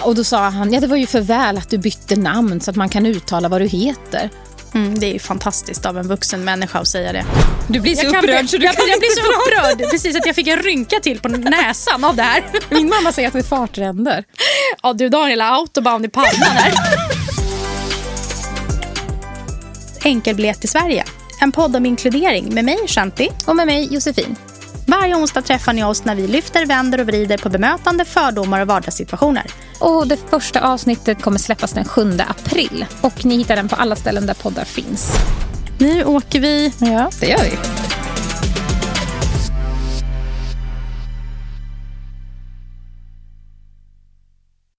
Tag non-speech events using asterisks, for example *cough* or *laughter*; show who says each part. Speaker 1: Och då sa han, ja det var ju för väl att du bytte namn så att man kan uttala vad du heter.
Speaker 2: Mm, det är ju fantastiskt av en vuxen människa att säga det.
Speaker 1: Du blir så
Speaker 2: jag kan
Speaker 1: upprörd
Speaker 2: bli,
Speaker 1: så du
Speaker 2: jag,
Speaker 1: kan
Speaker 2: jag blir
Speaker 1: inte
Speaker 2: så upprörd precis att jag fick en rynka till på näsan av det här.
Speaker 1: Min mamma säger att det är fartränder.
Speaker 2: *laughs* Ja du Daniel, autobahn i pannan här. Enkelbiljett till Sverige. En podd om inkludering med mig Shanti.
Speaker 1: Och med mig Josefin.
Speaker 2: Varje onsdag träffar ni oss när vi lyfter, vänder och vrider på bemötande, fördomar och vardagssituationer.
Speaker 1: Och det första avsnittet kommer släppas den 7 april. Och ni hittar den på alla ställen där poddar finns.
Speaker 2: Nu åker vi
Speaker 1: Ja, det gör vi.